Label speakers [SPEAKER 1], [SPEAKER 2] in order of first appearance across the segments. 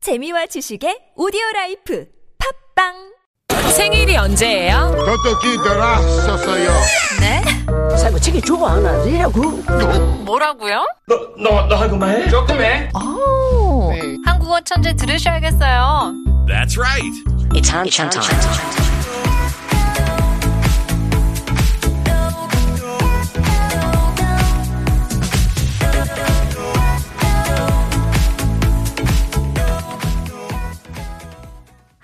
[SPEAKER 1] 재미와 지식의 오디오 라이프 팝빵
[SPEAKER 2] 생일이 언제예요?
[SPEAKER 3] 어떻게 돌아섰어요?
[SPEAKER 2] 네?
[SPEAKER 4] 살고 책이 주고 하나 내라고
[SPEAKER 2] 뭐라고요?
[SPEAKER 5] 너, 너 한국말 해? 조금 해.
[SPEAKER 2] 한국어 천재 들으셔야겠어요.
[SPEAKER 6] That's right.
[SPEAKER 4] It's time, time, time.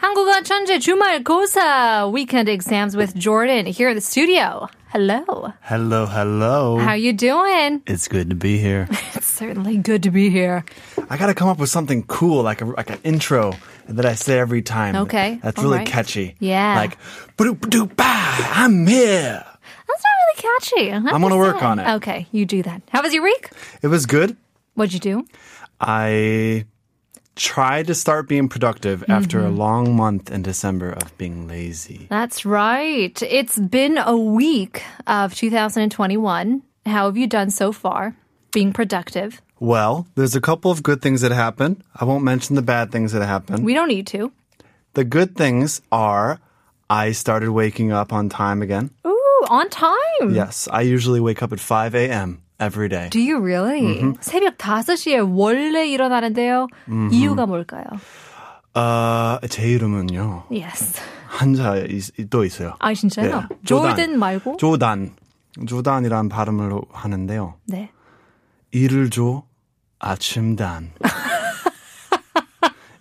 [SPEAKER 7] 한국어 천재 주말 고사 weekend exams with Jordan here at the studio. Hello.
[SPEAKER 8] Hello, hello.
[SPEAKER 7] How you doing?
[SPEAKER 8] It's good to be here.
[SPEAKER 7] It's certainly good to be here.
[SPEAKER 8] I gotta come up with something cool, like a, like an intro that I say every time.
[SPEAKER 7] Okay,
[SPEAKER 8] that's
[SPEAKER 7] all right.
[SPEAKER 8] really catchy.
[SPEAKER 7] Yeah.
[SPEAKER 8] like ba doop ba. I'm here.
[SPEAKER 7] That's not really catchy. I'm
[SPEAKER 8] gonna work on it.
[SPEAKER 7] Okay, you do that. How was your week?
[SPEAKER 8] It was good.
[SPEAKER 7] What'd you do?
[SPEAKER 8] I tried to start being productive after
[SPEAKER 7] Mm-hmm.
[SPEAKER 8] a long month in December of being lazy.
[SPEAKER 7] That's right. It's been a week of 2021. How have you done so far? Being productive.
[SPEAKER 8] Well, there's a couple of good things that happened. I won't mention the bad things that happened.
[SPEAKER 7] We don't need to.
[SPEAKER 8] the good things are I started waking up on time again.
[SPEAKER 7] Ooh, on time.
[SPEAKER 8] Yes, I usually wake up at 5 a.m. every day.
[SPEAKER 7] Do you really? 새벽 5시에 원래 일어나는데요. 이유가 뭘까요?
[SPEAKER 8] 어, 제 이름은요.
[SPEAKER 7] Yes.
[SPEAKER 8] 한자 있, 또 있어요.
[SPEAKER 7] 아, 진짜요?
[SPEAKER 8] 예.
[SPEAKER 7] 조든 말고?
[SPEAKER 8] 조단. 조단이란 발음으로 하는데요.
[SPEAKER 7] 네.
[SPEAKER 8] 일을 줘 아침단.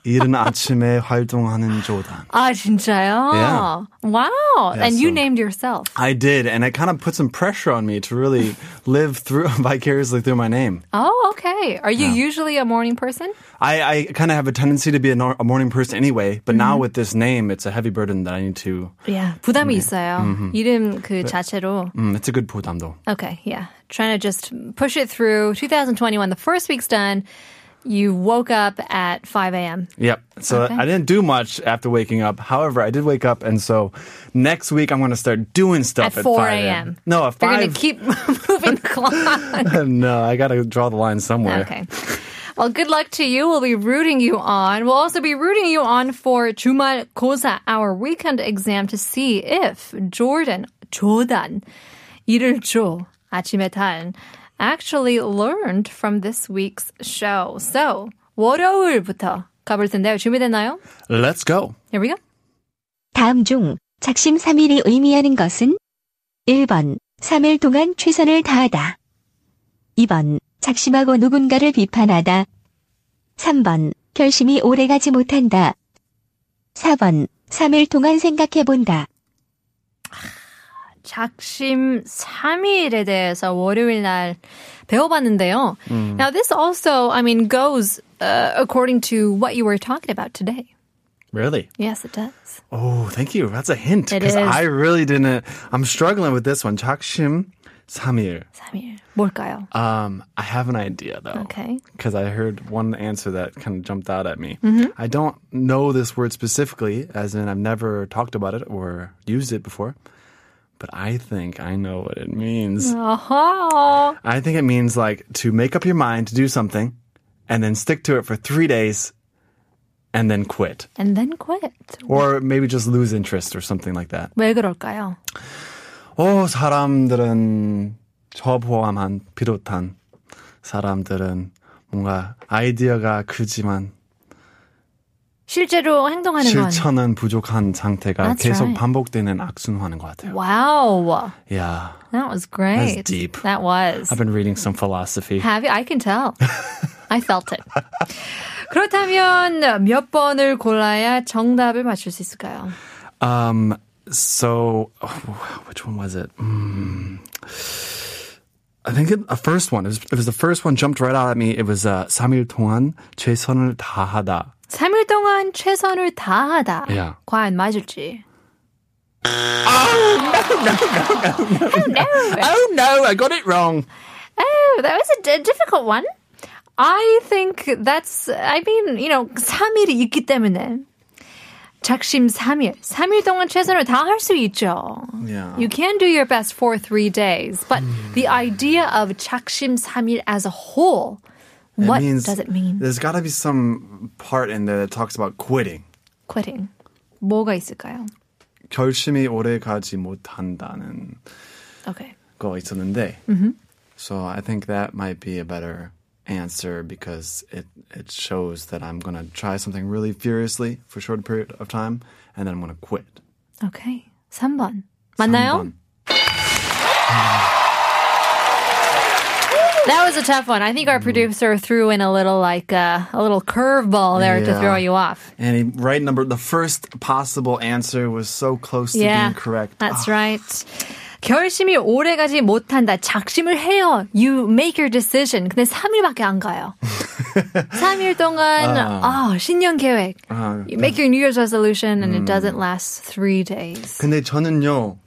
[SPEAKER 8] 일은 아침에 활동하는 조단.
[SPEAKER 7] 아, 진짜요?
[SPEAKER 8] Yeah.
[SPEAKER 7] Wow.
[SPEAKER 8] Yeah,
[SPEAKER 7] and you
[SPEAKER 8] so-
[SPEAKER 7] named yourself.
[SPEAKER 8] I did, and it kind of put some pressure on me to really live through vicariously through my name.
[SPEAKER 7] Oh, okay. Are you usually a morning person?
[SPEAKER 8] I, I kind of have a tendency to be a, nor- a morning person anyway, but
[SPEAKER 7] Mm-hmm.
[SPEAKER 8] now with this name, it's a heavy burden that I need to.
[SPEAKER 7] Yeah. 부담이 있어요. 이름 그 자체로.
[SPEAKER 8] Mm, it's a good 부담도.
[SPEAKER 7] Okay, yeah. Trying to just push it through 2021. The first week's done. You woke up at 5 a.m.
[SPEAKER 8] Yep. So
[SPEAKER 7] Okay.
[SPEAKER 8] I didn't do much after waking up. However, I did wake up, and so next week I'm going to start doing
[SPEAKER 7] At
[SPEAKER 8] stuff at,
[SPEAKER 7] 4
[SPEAKER 8] 5
[SPEAKER 7] a.m.
[SPEAKER 8] No, at
[SPEAKER 7] They're going
[SPEAKER 8] five.
[SPEAKER 7] to keep moving the clock.
[SPEAKER 8] no, I got to draw the line somewhere.
[SPEAKER 7] Okay. Well, good luck to you. We'll be rooting you on. We'll also be rooting you on for Jumal Kosa, our weekend exam, to see if Jordan, Jordan, 이를 줘, 아침에 단, actually learned from this week's show. So, 월요일부터 가볼 텐데요. 준비됐나요?
[SPEAKER 8] Let's go.
[SPEAKER 7] Here we go.
[SPEAKER 9] 다음 중 작심 삼일이 의미하는 것은 1번 3일 동안 최선을 다하다 2번 작심하고 누군가를 비판하다 3번 결심이 오래가지 못한다 4번 3일 동안 생각해본다
[SPEAKER 7] 작심 3일에 대해서 월요일 날 배워봤는데요. Now this also, I mean, goes uh, according to what you were talking about today.
[SPEAKER 8] Really?
[SPEAKER 7] Yes, it does.
[SPEAKER 8] Oh, thank you. That's a hint
[SPEAKER 7] It
[SPEAKER 8] because
[SPEAKER 7] is.
[SPEAKER 8] I really didn't. I'm struggling with this one. 작심 삼일.
[SPEAKER 7] 3일. 뭘까요?
[SPEAKER 8] Um, I have an idea though.
[SPEAKER 7] Okay.
[SPEAKER 8] Because I heard one answer that kind of jumped out at me. I don't know this word specifically, as in I've never talked about it or used it before, but I think I know what it means.
[SPEAKER 7] Uh-huh.
[SPEAKER 8] I think it means like to make up your mind to do something and then stick to it for three days and then quit.
[SPEAKER 7] And then quit.
[SPEAKER 8] Or maybe just lose interest or something like that.
[SPEAKER 7] 왜 그럴까요?
[SPEAKER 8] 어, 사람들은 저 포함한 비롯한 사람들은 뭔가 아이디어가 크지만
[SPEAKER 7] 실제로 행동하는 건.
[SPEAKER 8] 실천은 부족한 상태가
[SPEAKER 7] That's
[SPEAKER 8] 계속
[SPEAKER 7] right.
[SPEAKER 8] 반복되는 악순환인 것 같아요.
[SPEAKER 7] Wow.
[SPEAKER 8] Yeah.
[SPEAKER 7] That was great.
[SPEAKER 8] That's deep.
[SPEAKER 7] That was.
[SPEAKER 8] I've been reading some philosophy.
[SPEAKER 7] Have you? I can tell. I felt it. 그렇다면 몇 번을 골라야 정답을 맞출 수 있을까요?
[SPEAKER 8] Um, so, oh, which one was it? Mm. I think it, the first one. It was, it was the first one jumped right out at me. It was uh, 3일 동안 최선을 다하다.
[SPEAKER 7] 3일 동안 최선을 다하다.
[SPEAKER 8] Yeah.
[SPEAKER 7] 과연 맞을지.
[SPEAKER 8] Oh no, I got it wrong.
[SPEAKER 7] Oh, that was a, d- difficult one. I think that's, I mean, you know, 3일이 있기 때문에. 작심 3일. 3일 동안 최선을 다할 수 있죠.
[SPEAKER 8] Yeah. Hmm.
[SPEAKER 7] You can do your best for three days. But the idea of 작심 3일 as a whole What does it mean?
[SPEAKER 8] There's got to be some part in there that talks about quitting.
[SPEAKER 7] quitting. 뭐가 있을까요?
[SPEAKER 8] 결심이 오래 가지 못한다는
[SPEAKER 7] Okay.
[SPEAKER 8] 거 있었는데.
[SPEAKER 7] Mm-hmm.
[SPEAKER 8] So I think that might be a better answer because it it shows that I'm gonna try something really furiously for a short period of time and then I'm gonna quit.
[SPEAKER 7] Okay. 3번. 맞나요?
[SPEAKER 8] 한번.
[SPEAKER 7] That was a tough one. I think our
[SPEAKER 8] Hmm.
[SPEAKER 7] producer threw in a little like uh, a little curveball there to
[SPEAKER 8] Yeah.
[SPEAKER 7] throw you off.
[SPEAKER 8] And he, right number the first possible answer was so close to
[SPEAKER 7] Yeah.
[SPEAKER 8] being correct. Ah.
[SPEAKER 7] That's right. 결심이 오래가지 못한다. 작심을 해요. You make your decision. 근데 3일밖에 안 가요. 3일 동안 아, 신년 계획.
[SPEAKER 8] 아,
[SPEAKER 7] you make
[SPEAKER 8] 네.
[SPEAKER 7] your New Year's resolution and it
[SPEAKER 8] 음.
[SPEAKER 7] doesn't last three days.
[SPEAKER 8] 근데 저는요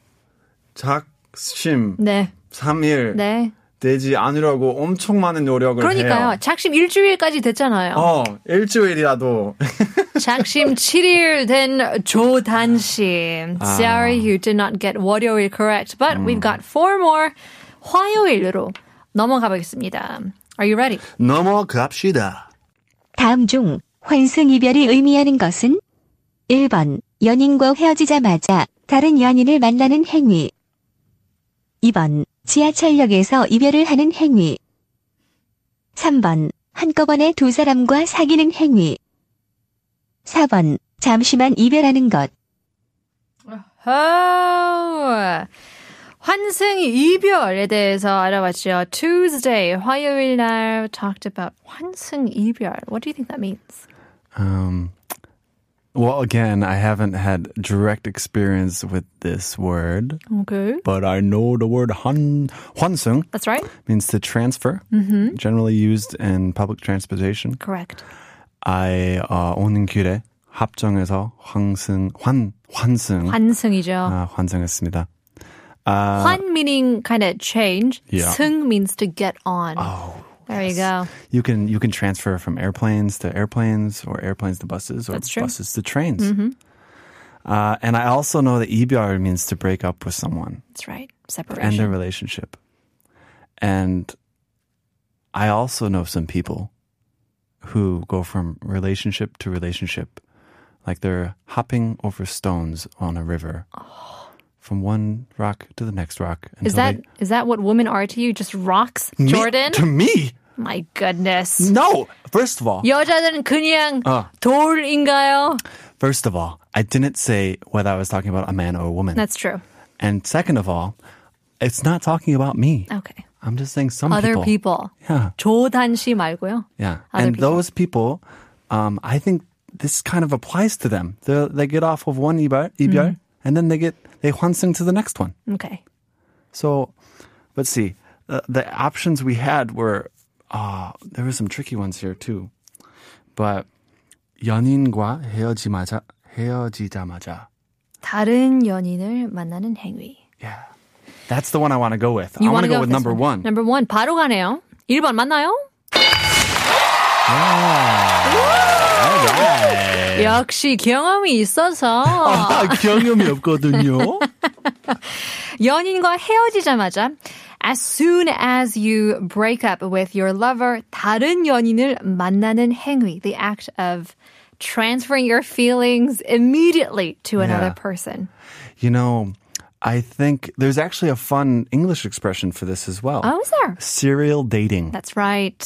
[SPEAKER 8] 작심
[SPEAKER 7] 네,
[SPEAKER 8] 3일
[SPEAKER 7] 네.
[SPEAKER 8] 되지 않으려고 엄청 많은 노력을
[SPEAKER 7] 그러니까요.
[SPEAKER 8] 해요.
[SPEAKER 7] 작심 일주일까지 됐잖아요.
[SPEAKER 8] 어 일주일이라도
[SPEAKER 7] 작심 7일 된 조단 씨.
[SPEAKER 8] 아.
[SPEAKER 7] Sorry you did not get 월요일 correct, but we've
[SPEAKER 8] 음.
[SPEAKER 7] got four more 화요일로 넘어가 보겠습니다. Are you ready?
[SPEAKER 8] 넘어갑시다.
[SPEAKER 9] 다음 중 환승 이별이 의미하는 것은 1번 연인과 헤어지자마자 다른 연인을 만나는 행위 2번 지하철역에서 이별을 하는 행위 3번 한꺼번에 두 사람과 사귀는 행위 4번 잠시만 이별하는 것
[SPEAKER 7] Oh, 환승 이별에 대해서 알아봤죠. Tuesday, 화요일 날 talked about 환승 이별. What do you think that means?
[SPEAKER 8] Um, well, again, I haven't had direct experience with this word,
[SPEAKER 7] Okay.
[SPEAKER 8] but I know the word 환, 환승
[SPEAKER 7] That's right.
[SPEAKER 8] means to transfer,
[SPEAKER 7] Mm-hmm.
[SPEAKER 8] generally used in public transportation.
[SPEAKER 7] Correct.
[SPEAKER 8] I uh, 오는 길에 합정에서 환승, 환, 환승,
[SPEAKER 7] 환승이죠.
[SPEAKER 8] 아, 환승했습니다. 아,
[SPEAKER 7] 환 meaning kind of change.
[SPEAKER 8] Yeah.
[SPEAKER 7] 승 means to get on.
[SPEAKER 8] oh,
[SPEAKER 7] There you go.
[SPEAKER 8] you can you can transfer from airplanes to airplanes or airplanes to buses or
[SPEAKER 7] That's true. Mm-hmm.
[SPEAKER 8] buses to trains. Uh, and I also know that EBR means to break up with someone.
[SPEAKER 7] That's right.
[SPEAKER 8] end a
[SPEAKER 7] Separation.
[SPEAKER 8] relationship. And I also know some people who go from relationship to relationship, like they're hopping over stones on a river from one rock to the next rock.
[SPEAKER 7] Oh. Is
[SPEAKER 8] until
[SPEAKER 7] that
[SPEAKER 8] they-
[SPEAKER 7] is that what women are to you? Just rocks,
[SPEAKER 8] Me-
[SPEAKER 7] Jordan?
[SPEAKER 8] to me?
[SPEAKER 7] My goodness.
[SPEAKER 8] No. First of all,
[SPEAKER 7] 여자들은 그냥
[SPEAKER 8] 어.
[SPEAKER 7] 돌인가요?
[SPEAKER 8] first of all, I didn't say whether I was talking about a man or a woman.
[SPEAKER 7] That's true.
[SPEAKER 8] and second of all, it's not talking about me.
[SPEAKER 7] Okay.
[SPEAKER 8] I'm just saying some
[SPEAKER 7] Uh, Other people.
[SPEAKER 8] Yeah.
[SPEAKER 7] 조단 씨 말고요.
[SPEAKER 8] Yeah.
[SPEAKER 7] Other
[SPEAKER 8] and
[SPEAKER 7] people.
[SPEAKER 8] those people, um, I think this kind of applies to them. They they get off of one 이별, 이별
[SPEAKER 7] Mm-hmm.
[SPEAKER 8] and then they get they 환승 to the next one.
[SPEAKER 7] Okay.
[SPEAKER 8] So let's see. The, the options we had were uh, there were some tricky ones here too. But 연인과 헤어지마자 헤어지자마자.
[SPEAKER 7] 다른 연인을 만나는 행위.
[SPEAKER 8] Yeah. That's the one I want to go with.
[SPEAKER 7] You
[SPEAKER 8] I
[SPEAKER 7] wanna
[SPEAKER 8] want to go,
[SPEAKER 7] go
[SPEAKER 8] with
[SPEAKER 7] this
[SPEAKER 8] number one.
[SPEAKER 7] Number one. 바로 가네요. 1번 맞나요? 역시 경험이 있어서
[SPEAKER 8] 아, 경험이 없거든요.
[SPEAKER 7] 연인과 헤어지자마자 as soon as you break up with your lover 다른 연인을 만나는 행위 the act of transferring your feelings immediately to another
[SPEAKER 8] Yeah.
[SPEAKER 7] person.
[SPEAKER 8] You know, I think there's actually a fun English expression for this as well.
[SPEAKER 7] Oh, is there?
[SPEAKER 8] Serial dating.
[SPEAKER 7] That's right.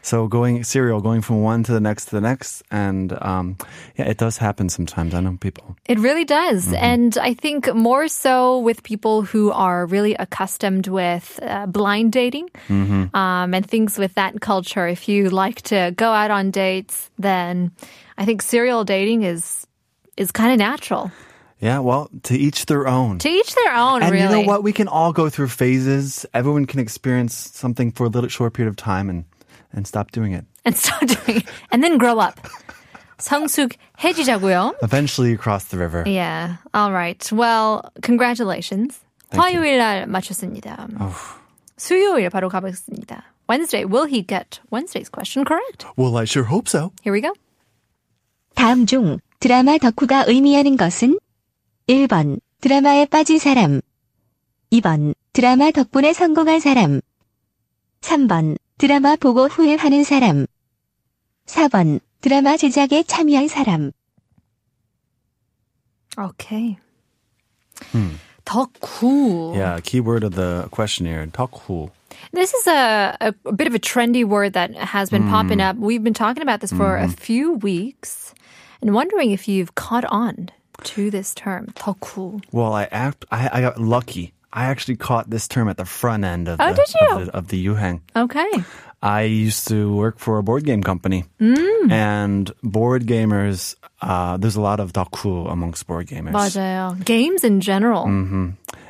[SPEAKER 8] So going serial, going from one to the next to the next, and um, yeah, it does happen sometimes. I know people.
[SPEAKER 7] It really does.
[SPEAKER 8] Mm-hmm.
[SPEAKER 7] And I think more so with people who are really accustomed with uh, blind dating
[SPEAKER 8] Mm-hmm.
[SPEAKER 7] um, and things with that culture. If you like to go out on dates, then I think serial dating is is kind of natural.
[SPEAKER 8] Yeah, well, to each their own.
[SPEAKER 7] To each their own,
[SPEAKER 8] and
[SPEAKER 7] really.
[SPEAKER 8] you know what? We can all go through phases. Everyone can experience something for a little short period of time and and stop doing it.
[SPEAKER 7] And start doing it. And then grow up. 성숙해지자고요.
[SPEAKER 8] Eventually, you cross the river.
[SPEAKER 7] Yeah. All right. Well, congratulations.
[SPEAKER 8] Thank
[SPEAKER 7] 화요일 날 맞췄습니다. 수요일 바로 가보겠습니다. Wednesday, will he get Wednesday's question correct?
[SPEAKER 8] Well, I sure hope so.
[SPEAKER 7] Here we go.
[SPEAKER 9] 다음 중 드라마 덕후가 의미하는 것은 1번 드라마에 빠진 사람 2번 드라마 덕분에 성공한 사람 3번 드라마 보고 후회하는 사람. 4번. 드라마 제작에 참여한 사람.
[SPEAKER 7] Okay. 덕후.
[SPEAKER 8] Hmm. Yeah, key word of the questionnaire, 덕후.
[SPEAKER 7] This is a, a, a bit of a trendy word that has been popping
[SPEAKER 8] Hmm.
[SPEAKER 7] up. We've been talking about this for a few weeks and wondering if you've caught on to this term, 덕후.
[SPEAKER 8] Well, I act. I, I got lucky. I actually caught this term at the front end of
[SPEAKER 7] Oh,
[SPEAKER 8] the,
[SPEAKER 7] did you?
[SPEAKER 8] Of, the, of the Yuhang.
[SPEAKER 7] Okay.
[SPEAKER 8] I used to work for a board game company,
[SPEAKER 7] Mm.
[SPEAKER 8] and board gamers. Uh, there's a lot of 덕후 amongst board gamers.
[SPEAKER 7] 맞아요. Games in general.
[SPEAKER 8] Hmm.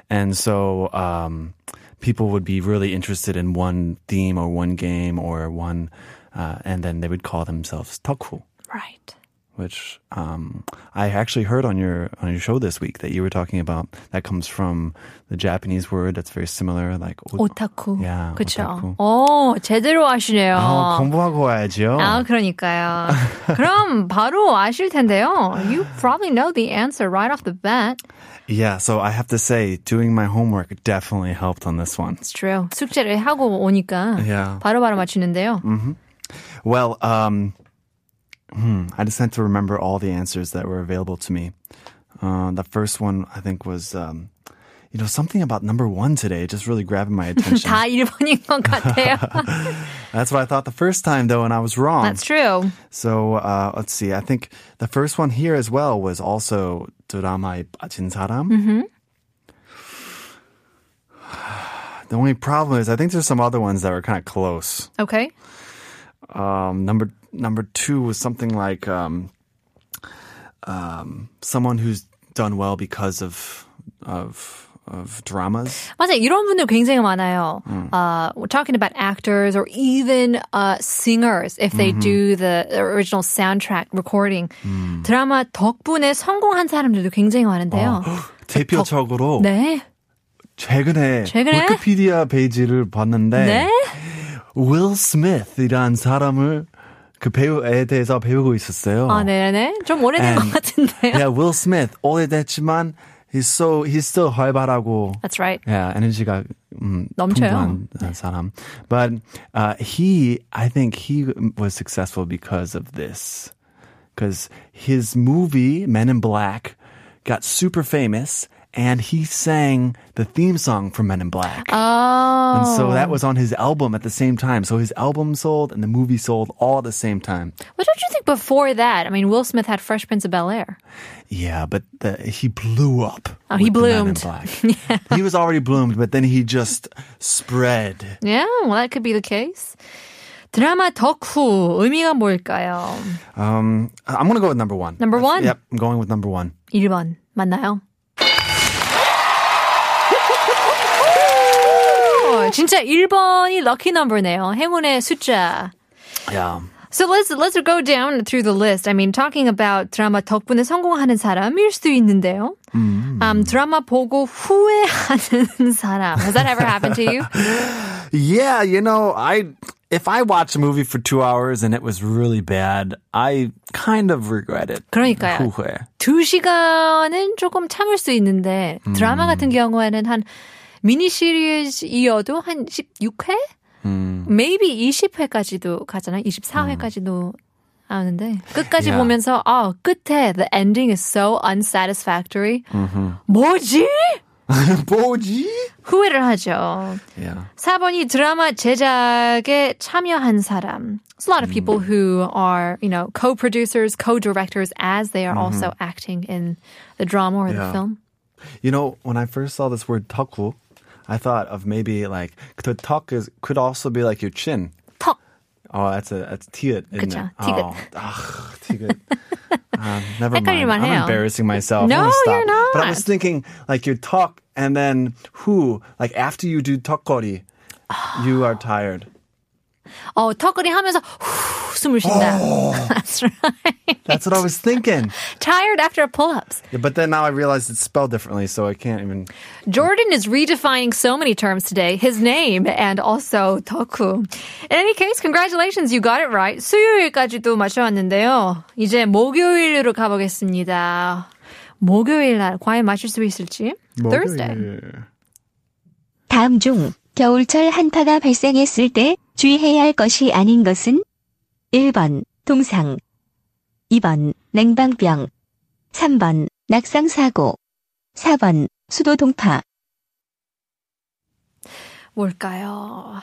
[SPEAKER 8] And so um, people would be really interested in one theme or one game or one, uh, and then they would call themselves 덕후,
[SPEAKER 7] Right.
[SPEAKER 8] which um, I actually heard on your on your show this week that you were talking about. That comes from the Japanese word that's very similar, like o-
[SPEAKER 7] 오타쿠.
[SPEAKER 8] Yeah,
[SPEAKER 7] 그쵸.
[SPEAKER 8] 오타쿠.
[SPEAKER 7] 오, 제대로 아시네요.
[SPEAKER 8] 아, 공부하고 와야죠.
[SPEAKER 7] 아, 그러니까요. 그럼 바로 아실 텐데요. You probably know the answer right off the bat.
[SPEAKER 8] Yeah, so I have to say, doing my homework definitely helped on this one.
[SPEAKER 7] It's true. 숙제를 하고 오니까
[SPEAKER 8] Yeah.
[SPEAKER 7] 바로바로 맞추는데요.
[SPEAKER 8] Well, um, hmm, I just had to remember all the answers that were available to me. Uh, the first one, I think, was, um, you know, something about number one today just really grabbing my attention.
[SPEAKER 7] 다 1번인 것 같아요.
[SPEAKER 8] That's what I thought the first time, though, and I was wrong.
[SPEAKER 7] That's true.
[SPEAKER 8] So uh, let's see. I think the first one here as well was also 드라마에 빠진 사람.
[SPEAKER 7] Mm-hmm.
[SPEAKER 8] The only problem is, I think there's some other ones that were kind of close.
[SPEAKER 7] Okay.
[SPEAKER 8] Um, number number two was something like um, um, someone who's done well because of of of dramas.
[SPEAKER 7] 맞아요. 이런 분들 굉장히 많아요.
[SPEAKER 8] 음.
[SPEAKER 7] Uh, we're talking about actors or even uh, singers if they do the original soundtrack recording.
[SPEAKER 8] 음.
[SPEAKER 7] 드라마 덕분에 성공한 사람들도 굉장히 많은데요.
[SPEAKER 8] 어. 대표적으로
[SPEAKER 7] 네.
[SPEAKER 8] 최근에,
[SPEAKER 7] 최근에?
[SPEAKER 8] 위키피디아 페이지를 봤는데
[SPEAKER 7] 네.
[SPEAKER 8] 윌 스미스이란 사람을 그 배우에 대해서 배우고 있었어요.
[SPEAKER 7] 아, 네네. 좀 오래된 것
[SPEAKER 8] And-
[SPEAKER 7] 같은데요.
[SPEAKER 8] Yeah, Will Smith 오래됐지만 he's so he's still 활발하고
[SPEAKER 7] That's right.
[SPEAKER 8] yeah, 에너지가 음,
[SPEAKER 7] 넘쳐요.
[SPEAKER 8] 풍부한 mm, uh, 사람. But uh, he, I think he was successful because of this, because his movie Men in Black got super famous, and he sang the theme song for Men in Black.
[SPEAKER 7] Oh.
[SPEAKER 8] And so that was on his album at the same time. So his album sold and the movie sold all at the same time.
[SPEAKER 7] But don't you think before that, I mean, Will Smith had Fresh Prince of Bel Air.
[SPEAKER 8] Yeah, but the, he blew up.
[SPEAKER 7] Oh, he
[SPEAKER 8] with the Men in
[SPEAKER 7] bloomed.
[SPEAKER 8] Black. He was already bloomed, but then he just spread.
[SPEAKER 7] Yeah, well, that could be the case. 드라마 덕후 의미가 뭘까요?
[SPEAKER 8] Um, I- I'm gonna go with number one.
[SPEAKER 7] Number one?
[SPEAKER 8] Yep, I'm going with number one.
[SPEAKER 7] 1번 맞나요? 오, 진짜 1번이 럭키 넘버네요. 행운의 숫자.
[SPEAKER 8] Yeah.
[SPEAKER 7] So let's let's go down through the list. I mean, talking about 드라마 덕분에 성공하는 사람일 수도 있는데요. Um, 드라마 보고 후회하는 사람. Has that ever happened to you?
[SPEAKER 8] Yeah, you know, I if I watch a movie for two hours and it was really bad, I kind of regret it.
[SPEAKER 7] 그러니까요.
[SPEAKER 8] 후회.
[SPEAKER 7] 두 시간은 조금 참을 수 있는데 드라마 같은 경우에는 한 미니 시리즈이어도 한 16회? maybe 20회까지도 가잖아요. 24회까지도 나오는데 끝까지
[SPEAKER 8] Yeah.
[SPEAKER 7] 보면서 아 끝에 the ending is so unsatisfactory. 뭐지?
[SPEAKER 8] 뭐지?
[SPEAKER 7] 후회를 하죠.
[SPEAKER 8] Yeah.
[SPEAKER 7] 4번이 드라마 제작에 참여한 사람. It's a lot of people who are, you know, co-producers, co-directors as they are also acting in the drama or the
[SPEAKER 8] Yeah.
[SPEAKER 7] film.
[SPEAKER 8] You know, when I first saw this word 덕후, I thought of maybe like the tok is could also be like your chin.
[SPEAKER 7] 턱.
[SPEAKER 8] Oh, that's a that's tiget. isn't
[SPEAKER 7] 그쵸,
[SPEAKER 8] it?
[SPEAKER 7] 티귿.
[SPEAKER 8] Oh, ah, tiget. Um, never mind.
[SPEAKER 7] 헷갈릴만 해요.
[SPEAKER 8] I'm embarrassing myself. I'm
[SPEAKER 7] No,
[SPEAKER 8] gonna stop.
[SPEAKER 7] you're not.
[SPEAKER 8] But I was thinking like your talk and then who like after you do 턱거리, you are tired.
[SPEAKER 7] 어, 턱걸이 하면서 후, 숨을 쉰다. That's right.
[SPEAKER 8] That's what I was thinking.
[SPEAKER 7] Tired after pull-ups.
[SPEAKER 8] Yeah, but then now I realized it's spelled differently, so I can't even.
[SPEAKER 7] Jordan is redefining so many terms today. His name and also 덕후. In any case, congratulations. You got it right. 수요일까지도 맞춰왔는데요. 이제 목요일로 가보겠습니다. 목요일 날 과연 맞출 수 있을지? Thursday.
[SPEAKER 9] 다음 중 겨울철 한파가 발생했을 때 주의해야 할 것이 아닌 것은 1번 동상 2번 냉방병 3번 낙상사고 4번 수도 동파
[SPEAKER 7] 뭘까요?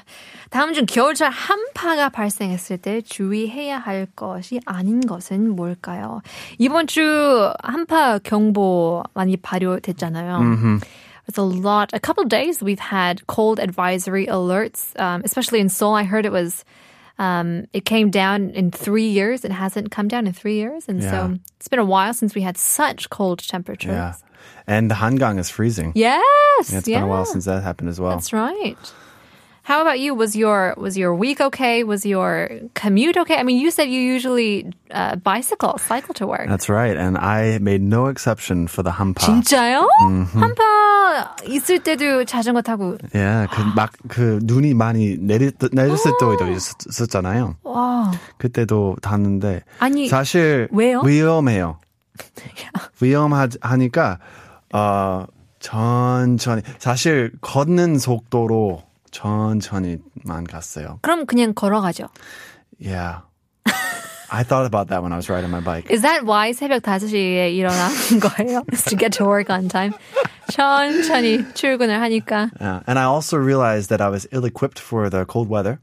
[SPEAKER 7] 다음 중 겨울철 한파가 발생했을 때 주의해야 할 것이 아닌 것은 뭘까요? 이번 주 한파 경보 많이 발효됐잖아요. It's a lot. A couple days we've had cold advisory alerts, um, especially in Seoul. I heard it was, um, it came down in three years. It hasn't come down in three years, and
[SPEAKER 8] Yeah.
[SPEAKER 7] so it's been a while since we had such cold temperatures.
[SPEAKER 8] Yeah. And the Hangang is freezing.
[SPEAKER 7] Yes.
[SPEAKER 8] Yeah, it's been a while since that happened as well.
[SPEAKER 7] That's right. How about you? Was your was your week okay? Was your commute okay? I mean, you said you usually uh, bicycle, cycle to work.
[SPEAKER 8] That's right. And I made no exception for the Hampa.
[SPEAKER 7] 진짜요? 한파 있을 때도 자전거 타고
[SPEAKER 8] 예, 그막그 눈이 많이 내리 내렸을 때도 있었- 있었잖아요.
[SPEAKER 7] 와
[SPEAKER 8] 그때도 탔는데
[SPEAKER 7] 아니,
[SPEAKER 8] 사실
[SPEAKER 7] 왜요?
[SPEAKER 8] 위험해요. 위험하니까 어 천천히 사실 걷는 속도로 천천히만 갔어요.
[SPEAKER 7] 그럼 그냥 걸어가죠.
[SPEAKER 8] Yeah. I thought about that when I was riding my bike.
[SPEAKER 7] Is that why 새벽 5시에 일어나는 거예요? Is to get to work on time. 천천히 출근을 하니까.
[SPEAKER 8] Yeah. Uh, And I also realized that I was ill equipped for the cold weather.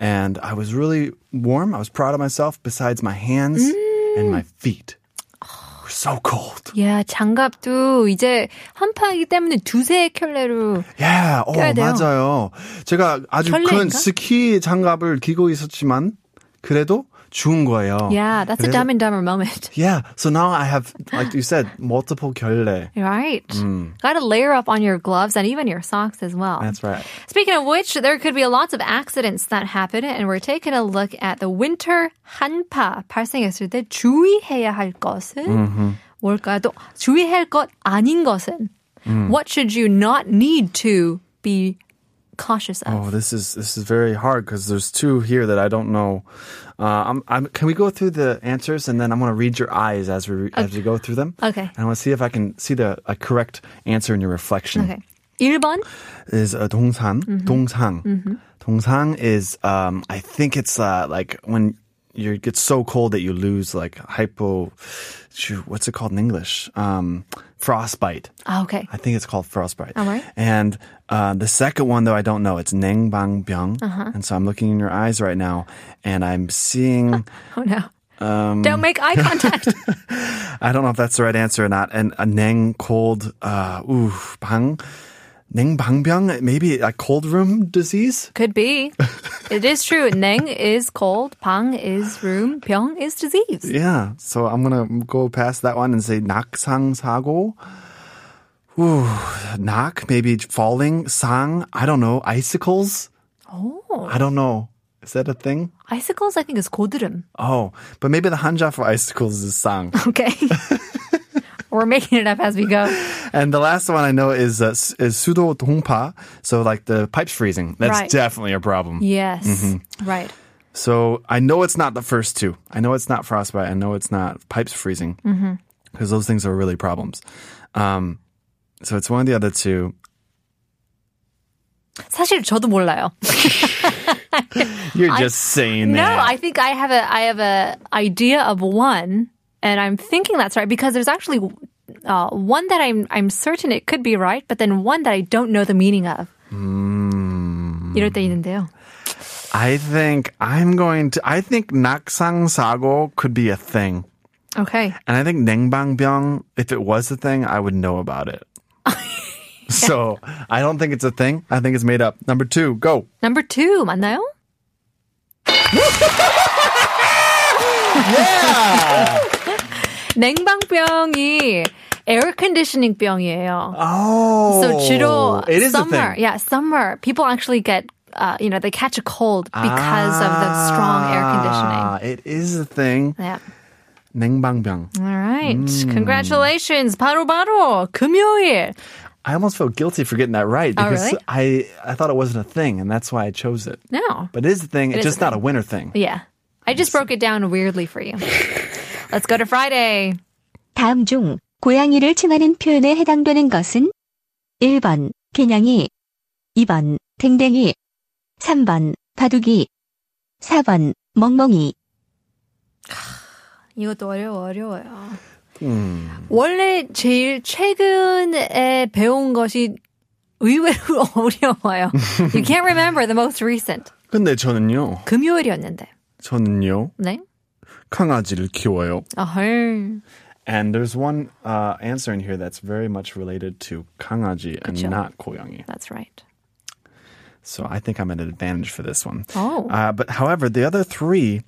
[SPEAKER 8] And I was really warm. I was proud of myself, besides my hands and
[SPEAKER 7] Mm.
[SPEAKER 8] my feet. were so cold.
[SPEAKER 7] 야, 장갑도 이제 한파이기 때문에 두세 켤레로
[SPEAKER 8] Yeah. 어,
[SPEAKER 7] 껴야 돼요.
[SPEAKER 8] 맞아요. 제가 아주 큰
[SPEAKER 7] 설레인가?
[SPEAKER 8] 스키 장갑을 끼고 있었지만, 그래도 추운 거예요.
[SPEAKER 7] Yeah, that's a
[SPEAKER 8] 어, 그래서-
[SPEAKER 7] dumb and dumber moment.
[SPEAKER 8] Yeah. So now I have, like you said, multiple 결례.
[SPEAKER 7] Right. Got to layer up on your gloves and even your socks as well.
[SPEAKER 8] Mm. That's right.
[SPEAKER 7] Speaking of which, there could be lots of accidents that happen, and we're taking a look at the winter 한파 발생했을 때 주의해야 할 것은
[SPEAKER 8] Mm-hmm.
[SPEAKER 7] 뭘까요? 또 주의해야 할 것 아닌 것은 What should you not need to be cautious of?
[SPEAKER 8] Oh, this is this is very hard because there's two here that I don't know. Uh, I'm, I'm, can we go through the answers and then I'm going to read your eyes as we re- as we go through them?
[SPEAKER 7] Okay.
[SPEAKER 8] And I want to see if I can see the a correct answer in your reflection.
[SPEAKER 7] Okay. Mm-hmm. 1번
[SPEAKER 8] Is uh, 동산, 동상. Dongsang is um, I think it's uh, like when you get so cold that you lose like hypo. Shoot, what's it called in English? Um, frostbite.
[SPEAKER 7] 아, okay.
[SPEAKER 8] I think it's called frostbite.
[SPEAKER 7] All right.
[SPEAKER 8] And uh, the second one, though, I don't know. It's nengbangbyung.
[SPEAKER 7] Uh-huh.
[SPEAKER 8] uh And so I'm looking in your eyes right now, and I'm seeing.
[SPEAKER 7] Oh no.
[SPEAKER 8] um.
[SPEAKER 7] Don't make eye contact.
[SPEAKER 8] I don't know if that's the right answer or not. And a neng cold. Uh, ooh, bang. Nengbangbyung. Maybe a cold room disease.
[SPEAKER 7] Could be. It is true. Neng is cold, pang is room, pyong is disease.
[SPEAKER 8] Yeah. So I'm gonna go past that one and say naksang sago. Ooh, nak maybe falling sang. I don't know. Icicles. Oh. I don't know. Is that a thing?
[SPEAKER 7] Icicles, I think, is 고드름.
[SPEAKER 8] Oh, but maybe the Hanja for icicles is sang.
[SPEAKER 7] Okay. We're making it up as we go.
[SPEAKER 8] and the last one I know is uh, s- is sudo dongpa. So like the pipes freezing. That's
[SPEAKER 7] Right.
[SPEAKER 8] definitely a problem.
[SPEAKER 7] Yes. Right.
[SPEAKER 8] So I know it's not the first two. I know it's not frostbite. I know it's not pipes freezing because
[SPEAKER 7] Mm-hmm.
[SPEAKER 8] those things are really problems. Um, so it's one of the other two.
[SPEAKER 7] 사실 저도 몰라요.
[SPEAKER 8] You're just saying
[SPEAKER 7] No,
[SPEAKER 8] that.
[SPEAKER 7] I think I have a I have a idea of one and I'm thinking that's right because there's actually uh, one that I'm I'm certain it could be right, but then one that I don't know the meaning of. 이럴 때 있는데요.
[SPEAKER 8] I think I'm going to. I think naksang sago could be a thing,
[SPEAKER 7] Okay.
[SPEAKER 8] and I think nengbangbyung. If it was a thing, I would know about it. so I don't think it's a thing. I think it's made up. Number two, go.
[SPEAKER 7] Number 2 맞나요? 냉방병이 에어컨디셔닝 병이에요.
[SPEAKER 8] Oh,
[SPEAKER 7] So 주로
[SPEAKER 8] it is
[SPEAKER 7] summer,
[SPEAKER 8] a thing.
[SPEAKER 7] yeah, summer people actually get uh, you know they catch a cold because of the strong air conditioning.
[SPEAKER 8] Ah, It is a thing.
[SPEAKER 7] Yeah.
[SPEAKER 8] 냉방병.
[SPEAKER 7] All right.
[SPEAKER 8] Hmm.
[SPEAKER 7] Congratulations. 바로 바로 금요일.
[SPEAKER 8] I almost felt guilty for getting that right
[SPEAKER 7] Oh,
[SPEAKER 8] because
[SPEAKER 7] really?
[SPEAKER 8] I I thought it wasn't a thing, and that's why I chose it.
[SPEAKER 7] No.
[SPEAKER 8] But it is a thing. it's
[SPEAKER 7] is
[SPEAKER 8] just
[SPEAKER 7] a
[SPEAKER 8] not a winter thing.
[SPEAKER 7] Yeah. I just broke it down weirdly for you. Let's go to Friday.
[SPEAKER 9] 다음 중 고양이를 칭하는 표현에 해당되는 것은 1번 개냥이 2번 댕댕이 3번 바둑이 4번 멍멍이
[SPEAKER 7] 이것도 어려워 어려워요.
[SPEAKER 8] 음.
[SPEAKER 7] 원래 제일 최근에 배운 것이 의외로 어려워요. you can't remember the most recent.
[SPEAKER 8] 근데 저는요.
[SPEAKER 7] 금요일이었는데.
[SPEAKER 8] 저는요.
[SPEAKER 7] 네.
[SPEAKER 8] 강아지를 키워요.
[SPEAKER 7] 아헐.
[SPEAKER 8] And there's one uh, answer in here that's very much related to 강아지 and not 고양이.
[SPEAKER 7] That's right.
[SPEAKER 8] So I think I'm at an advantage for this one.
[SPEAKER 7] Oh.
[SPEAKER 8] Uh, but however, the other three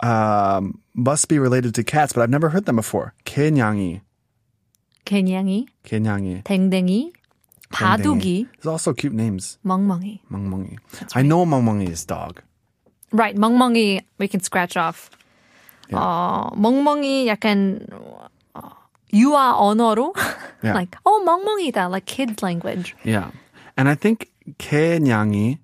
[SPEAKER 8] um, must be related to cats, but I've never heard them before. 개냥이,
[SPEAKER 7] 개냥이,
[SPEAKER 8] 개냥이,
[SPEAKER 7] 댕댕이, 바둑이,
[SPEAKER 8] 댕댕이. There's also cute names.
[SPEAKER 7] 멍멍이.
[SPEAKER 8] 멍멍이. I know 멍멍이 is dog.
[SPEAKER 7] Right, 멍멍이 we can scratch off. 어, 멍멍이 약간 어, 유아 언어로
[SPEAKER 8] Yeah.
[SPEAKER 7] like oh 멍멍이다 like kids language.
[SPEAKER 8] Yeah. And I think 개냥이.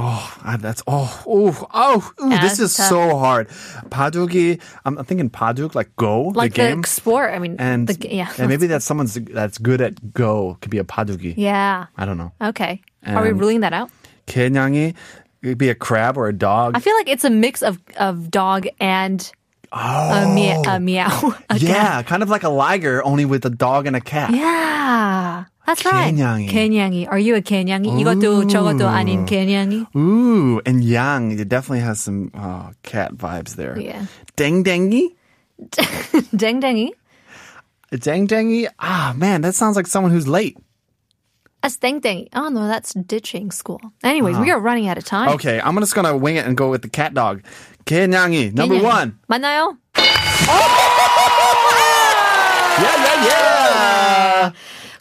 [SPEAKER 8] Oh, I- that's oh oh oh! ooh,
[SPEAKER 7] Yeah,
[SPEAKER 8] this
[SPEAKER 7] it's
[SPEAKER 8] is
[SPEAKER 7] tough.
[SPEAKER 8] so hard. Padugi, I'm, I'm thinking paduk like go
[SPEAKER 7] Like
[SPEAKER 8] the
[SPEAKER 7] the,
[SPEAKER 8] game,
[SPEAKER 7] sport. I mean
[SPEAKER 8] and
[SPEAKER 7] the g- yeah.
[SPEAKER 8] and maybe that's someone's that's good at go could be a padugi.
[SPEAKER 7] yeah.
[SPEAKER 8] I don't know.
[SPEAKER 7] Okay. Are we
[SPEAKER 8] And-
[SPEAKER 7] ruling that out?
[SPEAKER 8] 개냥이 it could be a crab or a dog.
[SPEAKER 7] I feel like it's a mix of of dog and a, mea- a meow. a cat.
[SPEAKER 8] Oh. yeah, kind of like a liger only with a dog and a cat.
[SPEAKER 7] Yeah. That's right.
[SPEAKER 8] 개냥이.
[SPEAKER 7] 개냥이. Are you a 개냥이? 이것도 저것도 아닌 개냥이.
[SPEAKER 8] Ooh, and yang it definitely has some uh, cat vibes there.
[SPEAKER 7] Yeah.
[SPEAKER 8] Dang dangy.
[SPEAKER 7] 댕댕이.
[SPEAKER 8] Dang dangy. Ah, man, that sounds like someone who's late.
[SPEAKER 7] That's 댕댕이. Oh no, that's ditching school. Anyways, we are running out of time.
[SPEAKER 8] Uh-huh. Okay, I'm just gonna wing it and go with the cat dog. Kenyangi, number
[SPEAKER 7] 개냥이.
[SPEAKER 8] one.
[SPEAKER 7] 맞나요?
[SPEAKER 8] Yeah, yeah, yeah.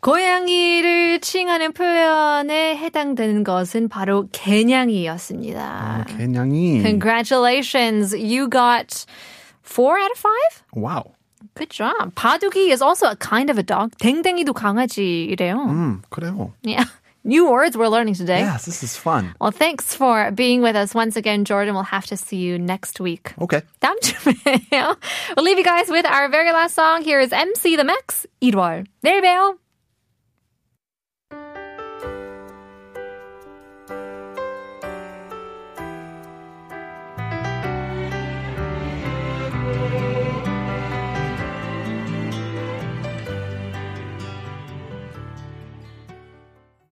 [SPEAKER 7] 고양이를 칭하는 표현에 해당되는 것은 바로 개냥이였습니다.
[SPEAKER 8] Kenyangi.
[SPEAKER 7] Congratulations. You got four out of five?
[SPEAKER 8] Wow.
[SPEAKER 7] Good job. 바둑이 is also a kind of a dog. 댕댕이도 강아지래요.
[SPEAKER 8] Hmm, 그래요.
[SPEAKER 7] Yeah. New words we're learning today.
[SPEAKER 8] Yes, this is fun.
[SPEAKER 7] Well, thanks for being with us once again, Jordan. We'll have to see you next week.
[SPEAKER 8] Okay.
[SPEAKER 7] 다음 주에요. We'll leave you guys with our very last song. Here is MC The Max, 1월. 내일 봬요.